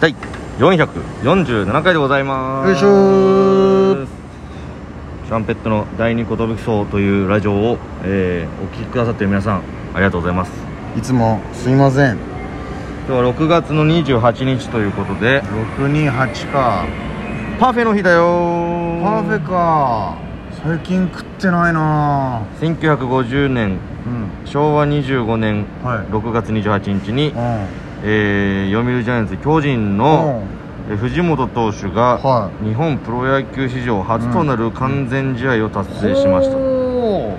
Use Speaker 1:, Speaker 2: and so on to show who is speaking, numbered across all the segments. Speaker 1: 第447回でございます
Speaker 2: よいしょー
Speaker 1: トランペットの第二寿荘というラジオを、えーお聞きくださっている皆さんありがとうございます
Speaker 2: いつもすいません
Speaker 1: 今日は6月の28日ということで
Speaker 2: 628か
Speaker 1: パフェの日だよ
Speaker 2: パーフェか最近食ってないな
Speaker 1: 1950年
Speaker 2: うん
Speaker 1: 昭和25年
Speaker 2: はい
Speaker 1: 6月28日に、
Speaker 2: うん
Speaker 1: えー読売ジャイアンツ巨人の、えー藤本投手が、
Speaker 2: は
Speaker 1: 日本プロ野球史上初となる完全試合を達成しました、
Speaker 2: おー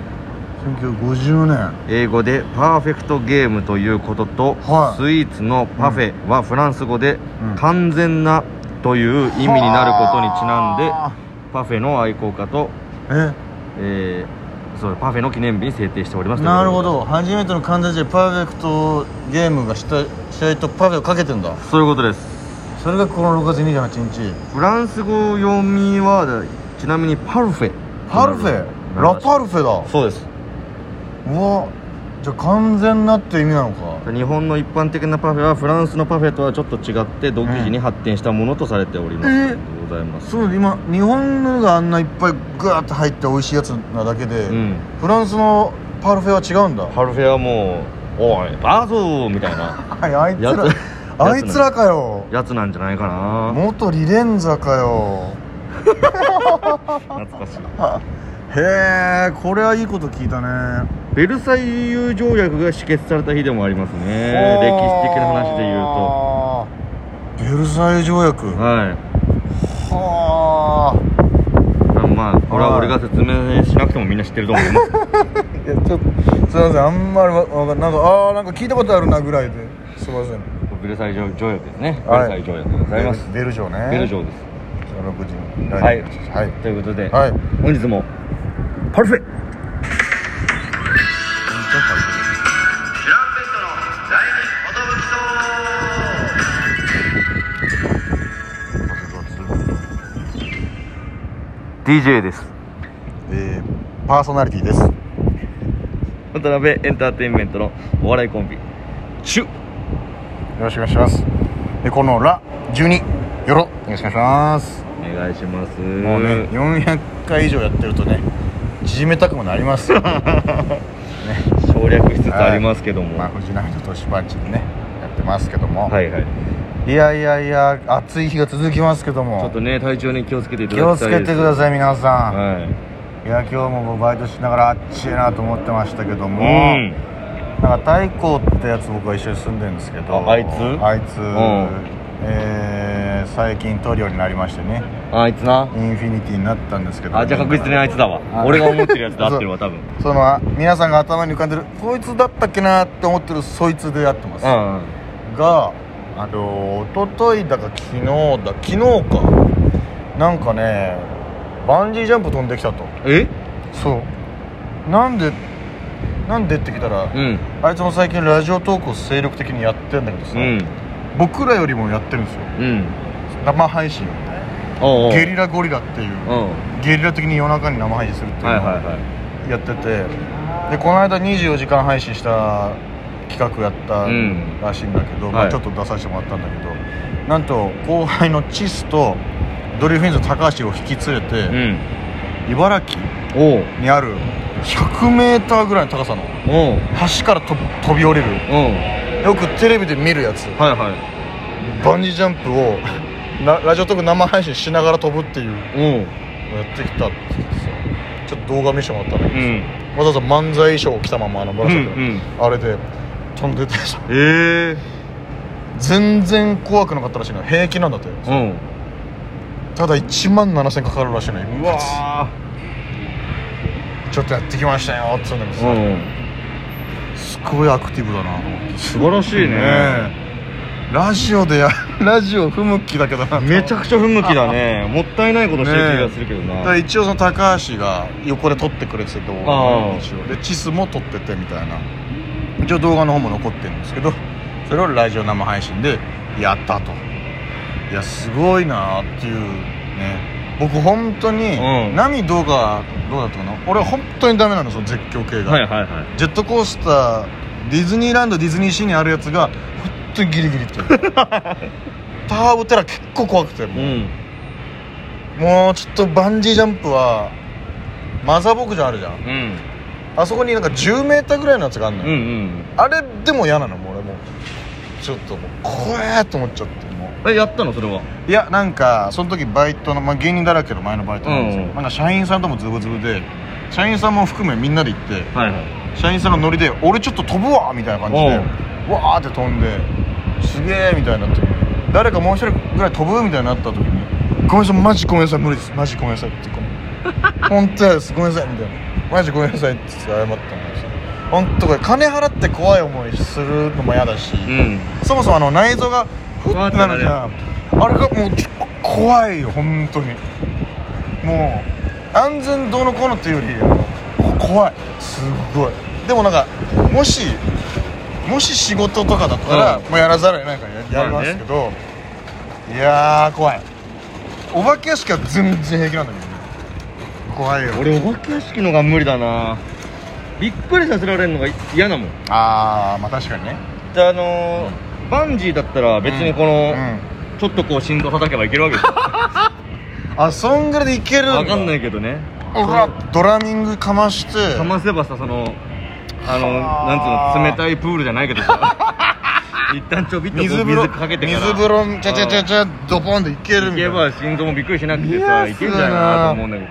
Speaker 2: 1950年
Speaker 1: 英語でパーフェクトゲームということと、
Speaker 2: はい
Speaker 1: スイーツのパフェはフランス語で
Speaker 2: うん
Speaker 1: 完全なという意味になることにちなんで、
Speaker 2: は
Speaker 1: パフェの愛好家と、
Speaker 2: ー
Speaker 1: えーそうパフェの記念日に制定しております
Speaker 2: えなるほど初めての完全試合パーフェクトゲームがした試合とパフェをかけてんだ
Speaker 1: そういうことです
Speaker 2: それがこの6月28日
Speaker 1: フランス語読みはちなみにパルフェ
Speaker 2: パルフェラパ
Speaker 1: ル
Speaker 2: ルフェだ
Speaker 1: そうです
Speaker 2: うわじゃあ完全なって意味なのか
Speaker 1: 日本の一般的なパフェはフランスのパフェとはちょっと違って独自に発展したものとされております、
Speaker 2: うんえ
Speaker 1: でございます
Speaker 2: そう今日本のがあんないっぱいガーッと入って美味しいやつなだけで、
Speaker 1: うん
Speaker 2: フランスのパルフェは違うんだ
Speaker 1: パルフェはもうおいバーゾーみたいな
Speaker 2: はいあいつ
Speaker 1: やつ
Speaker 2: ら
Speaker 1: やつな
Speaker 2: あいつらかよ
Speaker 1: やつなんじゃないかな
Speaker 2: 元リレンザかよ
Speaker 1: 懐かしい
Speaker 2: へえこれはいいこと聞いたね
Speaker 1: ベルサイユ条約が止結された日でもありますね歴
Speaker 2: 歴
Speaker 1: 史的な話で言うと
Speaker 2: うとベルサイユ条約は
Speaker 1: はい
Speaker 2: あ
Speaker 1: まあこれは俺が説明しなくてもみんな知ってると思います
Speaker 2: いやちょっとすいませんあんまりわわかんなんかああなんか聞いたことあるなぐらいですいません
Speaker 1: ベルサイユ条約ですね、
Speaker 2: はい
Speaker 1: ベルサイユ条約でございます
Speaker 2: ベル城ね
Speaker 1: ベル城です
Speaker 2: 6時に
Speaker 1: はい
Speaker 2: はい
Speaker 1: ということで、
Speaker 2: はい
Speaker 1: 本日もパルフェ第二 DJ です
Speaker 2: えーパーソナリティです
Speaker 1: 渡辺エンターテインメントのお笑いコンビチュ
Speaker 2: よろしくお願いしますでこの「ラ12よろ」よろしくお願いします
Speaker 1: お願いします
Speaker 2: もうね400回以上やってるとね縮めたくもなります
Speaker 1: 省略しつつありますけども、
Speaker 2: まあ藤波と年パンチでねやってますけども、
Speaker 1: はいはい
Speaker 2: い、やいやいや暑い日が続きますけど
Speaker 1: ちょ
Speaker 2: も
Speaker 1: っとね体調に気をつけていた
Speaker 2: 気を
Speaker 1: だき
Speaker 2: つ
Speaker 1: たい
Speaker 2: け
Speaker 1: です
Speaker 2: てください皆さん、
Speaker 1: はい
Speaker 2: い、や今日も僕バイトしながらあっちいなと思ってましたけども、
Speaker 1: うん
Speaker 2: なんか太鼓ってやつ僕は一緒に住んでるんですけど
Speaker 1: ああいつ
Speaker 2: あいつ、
Speaker 1: ん
Speaker 2: えー最近トリオになりましてね
Speaker 1: あいつな
Speaker 2: インフィニティになったんですけど
Speaker 1: あじゃあ確実にあいつだわ
Speaker 2: あ
Speaker 1: 俺が思ってるやつだ合ってるわ多分
Speaker 2: そのあ皆さんが頭に浮かんでるこいつだったっけなって思ってるそいつでやってます、
Speaker 1: うん
Speaker 2: があの一昨日だか昨日だ昨日かなんかねバンジージャンプ飛んできたと
Speaker 1: え
Speaker 2: そうなんでなんでって聞いたら、
Speaker 1: うん
Speaker 2: あいつも最近ラジオトークを精力的にやってんだけどさ、
Speaker 1: うん
Speaker 2: 僕らよりもやってるんですよ
Speaker 1: うん
Speaker 2: 生配信を
Speaker 1: おうおう
Speaker 2: ゲリラゴリラっていう
Speaker 1: うん
Speaker 2: ゲリラ的に夜中に生配信するっていうのを
Speaker 1: はいはいはい
Speaker 2: やっててでこの間24時間配信した企画やった
Speaker 1: うん
Speaker 2: らしいんだけど、
Speaker 1: はい
Speaker 2: まあ、ちょっと出させてもらったんだけど、なんと後輩のチスとドリフィンズ高橋を引き連れ
Speaker 1: う
Speaker 2: て、
Speaker 1: ん
Speaker 2: 茨城
Speaker 1: おう
Speaker 2: にある 100m ぐらいの高さの
Speaker 1: おう
Speaker 2: 橋からと飛び降りる
Speaker 1: おう
Speaker 2: よくテレビで見るやつ
Speaker 1: はいはい
Speaker 2: バンジージャンプをなラジオトーク生配信しながら飛ぶっていうの
Speaker 1: おう
Speaker 2: をやってきたって言ってさちょっと動画見せてもらったんだけ
Speaker 1: う
Speaker 2: どさ、
Speaker 1: ん
Speaker 2: わざわざ漫才衣装を着たままあの
Speaker 1: うんう
Speaker 2: 紫の、
Speaker 1: ん
Speaker 2: あれで飛んでてさ
Speaker 1: ええ
Speaker 2: 全然怖くなかったらしいの平気なんだって
Speaker 1: うん
Speaker 2: ただ1万7000かかるらしいの一発
Speaker 1: うわ
Speaker 2: ちょっとやってきましたよっつうんだけど
Speaker 1: ー
Speaker 2: さ、
Speaker 1: うん
Speaker 2: すごいアクティブだなと思って
Speaker 1: 素晴らしいね
Speaker 2: えラジオでや ラジオ不向きだけどな
Speaker 1: めちゃくちゃ不向きだねもったいないことしてる気がするけど
Speaker 2: だ
Speaker 1: な、
Speaker 2: から一応その高橋が横で撮ってくれてて動画
Speaker 1: ああ
Speaker 2: を一応で地図も撮っててみたいな一応動画の方も残ってるんですけどそれをラジオ生配信でやったといやすごいなっていうね僕本当に、
Speaker 1: うん
Speaker 2: 波どうかどうだったかな俺本当にダメなのその絶叫系が、
Speaker 1: はいはいはい
Speaker 2: ジェットコース ターディズニーランドディズニーシーにあるやつが本当にギリギリっていうターボテラ結構怖くて
Speaker 1: う
Speaker 2: もう,、
Speaker 1: ん
Speaker 2: もうちょっとバンジージャンプはマザー牧場あるじゃん
Speaker 1: うん
Speaker 2: あそこになんか 10m ぐらいのやつがあるの
Speaker 1: うんう
Speaker 2: よ、
Speaker 1: ん
Speaker 2: あれでも嫌なのもう俺もうちょっともう怖えと思っちゃってもう
Speaker 1: えやったのそれはい
Speaker 2: やなんかその時バイトの、まあ、芸人だらけの前のバイトなんですけど、
Speaker 1: うん
Speaker 2: なんか社員さんともズブズブで社員さんも含めみんなで行って
Speaker 1: はいはい
Speaker 2: 社員さんのノリで「俺ちょっと飛ぶわ!」みたいな感じでわーって飛んですげえみたいになって誰かもう一人ぐらい飛ぶみたいになった時に「ごめんなさいマジごめんなさい無理ですマジごめんなさい」ってこう本当ですごめんなさい」みたいな「マジごめんなさい」って謝ったんですよ本当これ金払って怖い思いするのも嫌だし、
Speaker 1: うん
Speaker 2: そもそもあの内臓がふ
Speaker 1: わー
Speaker 2: っ
Speaker 1: ってて
Speaker 2: な
Speaker 1: な
Speaker 2: る
Speaker 1: る
Speaker 2: じ
Speaker 1: じ
Speaker 2: ゃ
Speaker 1: ゃ
Speaker 2: んあれがもうちょっと怖いよ本当にもう安全どうのこうのっていうよりこ怖いすっごいでもなんかもしもし仕事とかだったら、
Speaker 1: うん
Speaker 2: もうやらざるを得ないからややり
Speaker 1: ま
Speaker 2: ま
Speaker 1: あね
Speaker 2: すけど、いやー怖いお化け屋敷は全然平気なんだけどね怖いよ
Speaker 1: 俺お化け屋敷のが無理だなびっくりさせられるのが嫌なもん
Speaker 2: ああまあ確かにね
Speaker 1: であのーバンジーだったら別にこの、
Speaker 2: うん
Speaker 1: ちょっとこう振動叩けばいけるわ けですよ
Speaker 2: あそんぐらいでいけるんだ
Speaker 1: わかんないいけどね
Speaker 2: ドラミングかまして
Speaker 1: かませばさそのあの
Speaker 2: は
Speaker 1: な
Speaker 2: あ
Speaker 1: んつうの冷たいプールじゃないけど さ一旦ちょびっとこう
Speaker 2: 水風呂
Speaker 1: かけてから
Speaker 2: 水風呂ちゃちゃちゃちゃドボンでいける
Speaker 1: い
Speaker 2: みた
Speaker 1: け
Speaker 2: いな
Speaker 1: ば心臓もびっくりしなくて
Speaker 2: いや
Speaker 1: さいけんじゃないかなと思うんだけど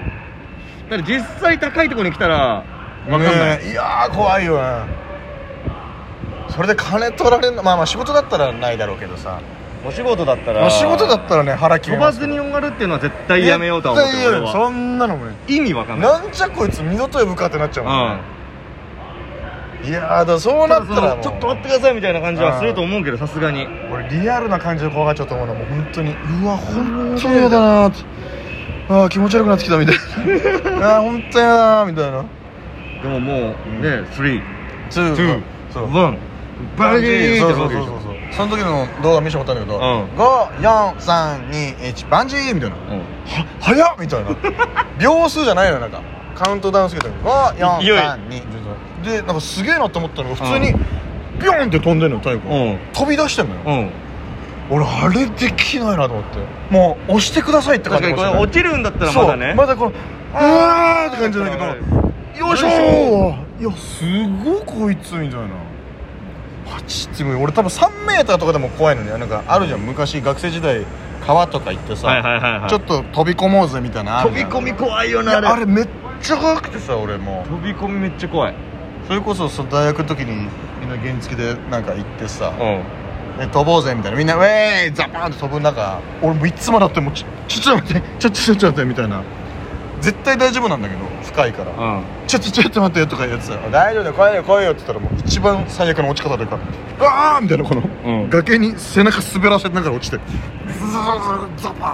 Speaker 1: だって実際高いところに来たらわかんない、
Speaker 2: ねえいやー怖いよねそれで金取られんのまあまあ仕事だったらないだろうけどさ
Speaker 1: お仕事だった
Speaker 2: ま
Speaker 1: ら
Speaker 2: あ仕事だったらね腹切れ
Speaker 1: 飛
Speaker 2: ま
Speaker 1: ば
Speaker 2: す
Speaker 1: ずに終わるっていうのは絶対やめようとは思ってる
Speaker 2: 絶対
Speaker 1: 俺
Speaker 2: 嫌だよ
Speaker 1: は
Speaker 2: そんなのもね
Speaker 1: 意味わかんない
Speaker 2: なんじゃこいつ二度と呼ぶかってなっちゃう
Speaker 1: う
Speaker 2: もん
Speaker 1: ん
Speaker 2: ね、いやーだからそうな
Speaker 1: ただ
Speaker 2: っ
Speaker 1: そ
Speaker 2: たらも
Speaker 1: の
Speaker 2: う
Speaker 1: ちょっと待ってくださいみたいな感じはすると思うけどさすがに
Speaker 2: 俺リアルな感じで怖がっちゃったもんなもう本当にうわ本当に嫌だなーってあー気持ち悪くなってきたみたいな あー本当やなーみたいな
Speaker 1: でももうね
Speaker 2: ツーそう
Speaker 1: 321バリーンって
Speaker 2: そ
Speaker 1: やるわ
Speaker 2: うそう
Speaker 1: け
Speaker 2: そ
Speaker 1: で
Speaker 2: う
Speaker 1: し
Speaker 2: そう
Speaker 1: ょ
Speaker 2: その時の動画見せてもらったんだけど、
Speaker 1: うん
Speaker 2: 54321バンジーみたいな
Speaker 1: うん
Speaker 2: は早っみたい な秒数じゃないのよなんかカウントダウンすぎたけど54321でなんかすげえなと思ったのが普通に
Speaker 1: う
Speaker 2: ビョンって飛んでんのよ太鼓、
Speaker 1: うん
Speaker 2: 飛び出してんのよ、
Speaker 1: うん
Speaker 2: 俺あれできないなと思ってもう押してくださいって感
Speaker 1: 確
Speaker 2: じ
Speaker 1: かにこれ落ちるんだったら
Speaker 2: そう
Speaker 1: まだね
Speaker 2: まだこのうわーって感じなんだけど
Speaker 1: はい
Speaker 2: よいしょ
Speaker 1: よ
Speaker 2: ーいやすごいこいつみたいなパチッて俺多分3メーターとかでも怖いのになんかあるじゃん昔学生時代川とか行ってさ、
Speaker 1: はいはいはいはい
Speaker 2: ちょっと飛び込もうぜみたいなのある
Speaker 1: 飛
Speaker 2: じ
Speaker 1: び
Speaker 2: ゃん
Speaker 1: 込み怖いよ
Speaker 2: い
Speaker 1: な
Speaker 2: や
Speaker 1: あれ
Speaker 2: あれめっちゃ怖くてさ俺も
Speaker 1: 飛び込みめっちゃ怖いう
Speaker 2: それこそその大学の時にみんな原付でなんか行ってさ、
Speaker 1: ん
Speaker 2: で飛ぼうぜみたいなみんなウェーイザバーンって飛ぶ中俺もいつまであってもちょちょちょっと待ってちょちょちょっと待ってみたいな絶対大丈夫なんだけど深いから
Speaker 1: うん
Speaker 2: ちょちょちょっと待ってとかやつ大丈夫だよ来いよ来いよって言ったらもう一番最悪の落ち方というかうわーみたいなこの、
Speaker 1: うん
Speaker 2: 崖に背中滑らせながら落ちてズズズズザバーンみたいな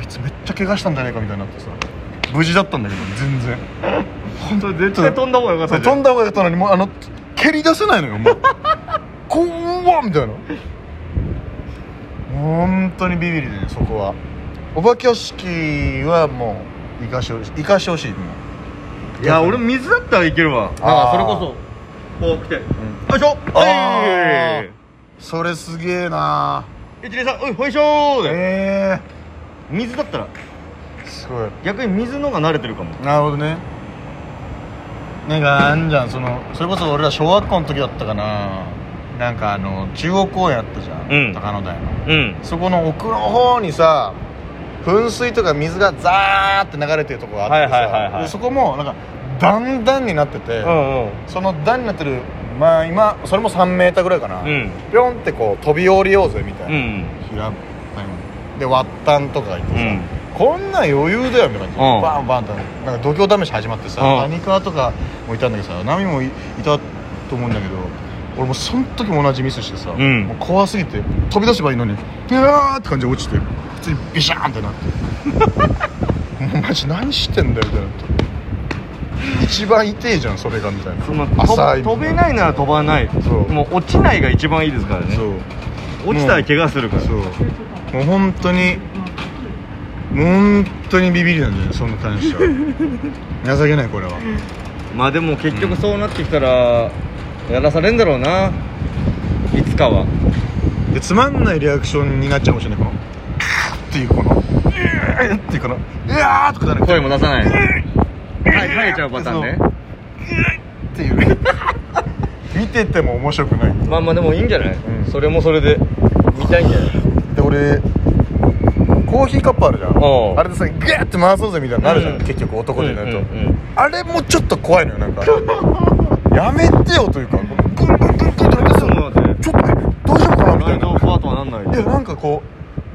Speaker 2: あいつめっちゃ怪我したんじゃないかみたいになってさ無事だったんだけど全然
Speaker 1: 本当絶対飛んだ方がよかっ
Speaker 2: そ
Speaker 1: た
Speaker 2: う
Speaker 1: じゃ
Speaker 2: 飛
Speaker 1: ん
Speaker 2: んだ方が良かったのにもうあの蹴り出せないのよもうこううわみたいな本当にビビりでねそこはお化け屋敷はもう生かしてほしい生かしてほしいもう
Speaker 1: いや俺水だったらいけるわなんかそれこそこう来て「よいしょ!」
Speaker 2: あー
Speaker 1: はい
Speaker 2: それすげえな
Speaker 1: 一二三おいほいしょ!」で
Speaker 2: え
Speaker 1: 水だったら
Speaker 2: ー、すごい
Speaker 1: 逆に水の方が慣れてるかも
Speaker 2: なるほどねなんかあんじゃんそのそれこそ俺ら小学校の時だったかななんかあの中央公園あったじゃん、
Speaker 1: うん
Speaker 2: 高野台の
Speaker 1: うん
Speaker 2: そこの奥の方にさ噴水とか水がザーって流れてるとこがあってさ、
Speaker 1: はいはいはいはい
Speaker 2: でそこもなんか段々になってて、
Speaker 1: うんうん
Speaker 2: その段になってるまあ今それも3メーターぐらいかな、
Speaker 1: うん
Speaker 2: ピョンってこう飛び降りようぜみたいな、
Speaker 1: うん
Speaker 2: 平たいのでワッタンとかがいて
Speaker 1: う
Speaker 2: さ、
Speaker 1: ん
Speaker 2: こんなん余裕だよみた
Speaker 1: う
Speaker 2: いな感じで、
Speaker 1: ん
Speaker 2: バンバンってなんか度胸試し始まってさ、
Speaker 1: うん
Speaker 2: 谷川とかもいたんだけどさ波もいいたと思うんだけど俺もその時も同じミスしてさ、
Speaker 1: うん
Speaker 2: もう怖すぎて飛び出せばいいのに「いやー」って感じで落ちて普通にビシャーンってな ってもうマジ何してんだよみたいになって一番痛えじゃんそれがみたいな
Speaker 1: その
Speaker 2: 浅い
Speaker 1: 飛飛べないなら飛ばない
Speaker 2: そう
Speaker 1: もう落ちないが一番いいですからね
Speaker 2: そう
Speaker 1: 落ちたら怪我するから
Speaker 2: そうもう本当にもう本当にビビりなんだよねその感謝 情けないこれは
Speaker 1: まあでも結局そうなってきたらやらされんだろうないつかは
Speaker 2: でつまんないリアクションになっちゃうかもしれないこの「っていうこの「っていうこの「うわ!」とかなる
Speaker 1: 声も出さないはい生えちゃうパターンね
Speaker 2: っていう見てても面白くない
Speaker 1: まあまあでもいいんじゃない、
Speaker 2: うん
Speaker 1: それもそれで見たいんじゃない
Speaker 2: で俺コーヒーカップあるじゃ
Speaker 1: おうん
Speaker 2: あれでさグーって回そうぜみたいになるじゃん、
Speaker 1: うん
Speaker 2: 結局男でなると、
Speaker 1: うんうんうん
Speaker 2: あれもちょっと怖いのよなんかやめてよというかこのグングングングンって
Speaker 1: そうなんだね
Speaker 2: ちょっとねどうしようかなみた
Speaker 1: ラ
Speaker 2: い
Speaker 1: イド
Speaker 2: な
Speaker 1: ファーとはなんない
Speaker 2: いや
Speaker 1: よ、
Speaker 2: なんかこ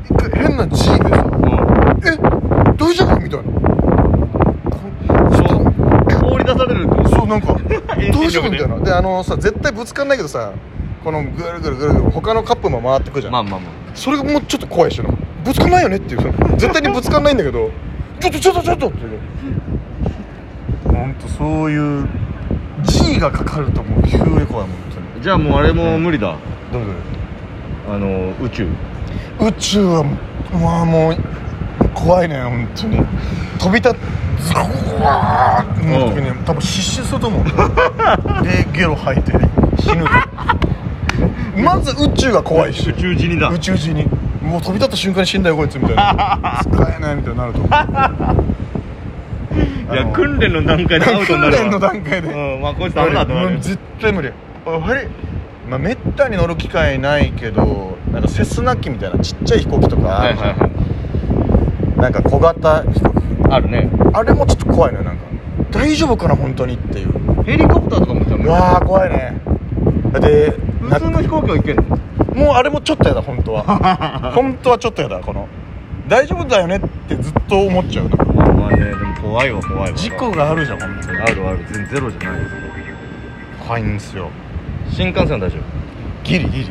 Speaker 2: う一回変な G でさ
Speaker 1: うん
Speaker 2: え大丈夫みたいな
Speaker 1: そう放り出されるってこと
Speaker 2: そうなんか
Speaker 1: 遠
Speaker 2: どう
Speaker 1: 心
Speaker 2: しよう
Speaker 1: 力で
Speaker 2: みたいなであのさ絶対ぶつかんないけどさこのぐるぐるぐるぐる他のカップも回ってくじゃん、
Speaker 1: まあまあま
Speaker 2: それがもうちょっと怖いしなぶつかんないよねっていうその絶対にぶつかんないんだけどちょっとちょっとちょっとっていう本当そういう G がかかるともう急に怖いもん本当に
Speaker 1: あじゃあもうあれも無理だ
Speaker 2: どうぞ
Speaker 1: あの宇宙
Speaker 2: 宇宙はまあもう怖いね本当に飛び立っズコーの時に多分失神すると思うでゲロ吐いて死 ぬとまず宇宙が怖いし
Speaker 1: 宇宙死にだ
Speaker 2: 宇宙人にもう飛び立った瞬間に死んだよこいつみたい な使えないみたいになると思う
Speaker 1: いや
Speaker 2: あの
Speaker 1: 訓練の段階でアウトになるわ
Speaker 2: 訓練の段階で
Speaker 1: うんまあこいつダメだってな
Speaker 2: も
Speaker 1: る
Speaker 2: う絶対無理あれまあめったに乗る機会ないけどなんかセスナ機みたいなちっちゃい飛行機とかあ
Speaker 1: はい
Speaker 2: るじゃん、
Speaker 1: はいはい
Speaker 2: なんか小型飛行機
Speaker 1: あるね
Speaker 2: あれもちょっと怖いのよなんか大丈夫かな本当にっていう
Speaker 1: ヘリコプターとかもじゃあ無
Speaker 2: う
Speaker 1: 理
Speaker 2: わー怖いねでな
Speaker 1: 普通の飛行機は行けんの
Speaker 2: もうあれもちょっとやだ本 当は本当はちょっとやだこの大丈夫だよねってずっと思っちゃうの
Speaker 1: まあねでも怖いわ怖いわ
Speaker 2: 事故があるじゃん本当に
Speaker 1: あるある全然ゼロじゃないです
Speaker 2: 怖いんですよ
Speaker 1: 新幹線は大丈夫
Speaker 2: ギリギリ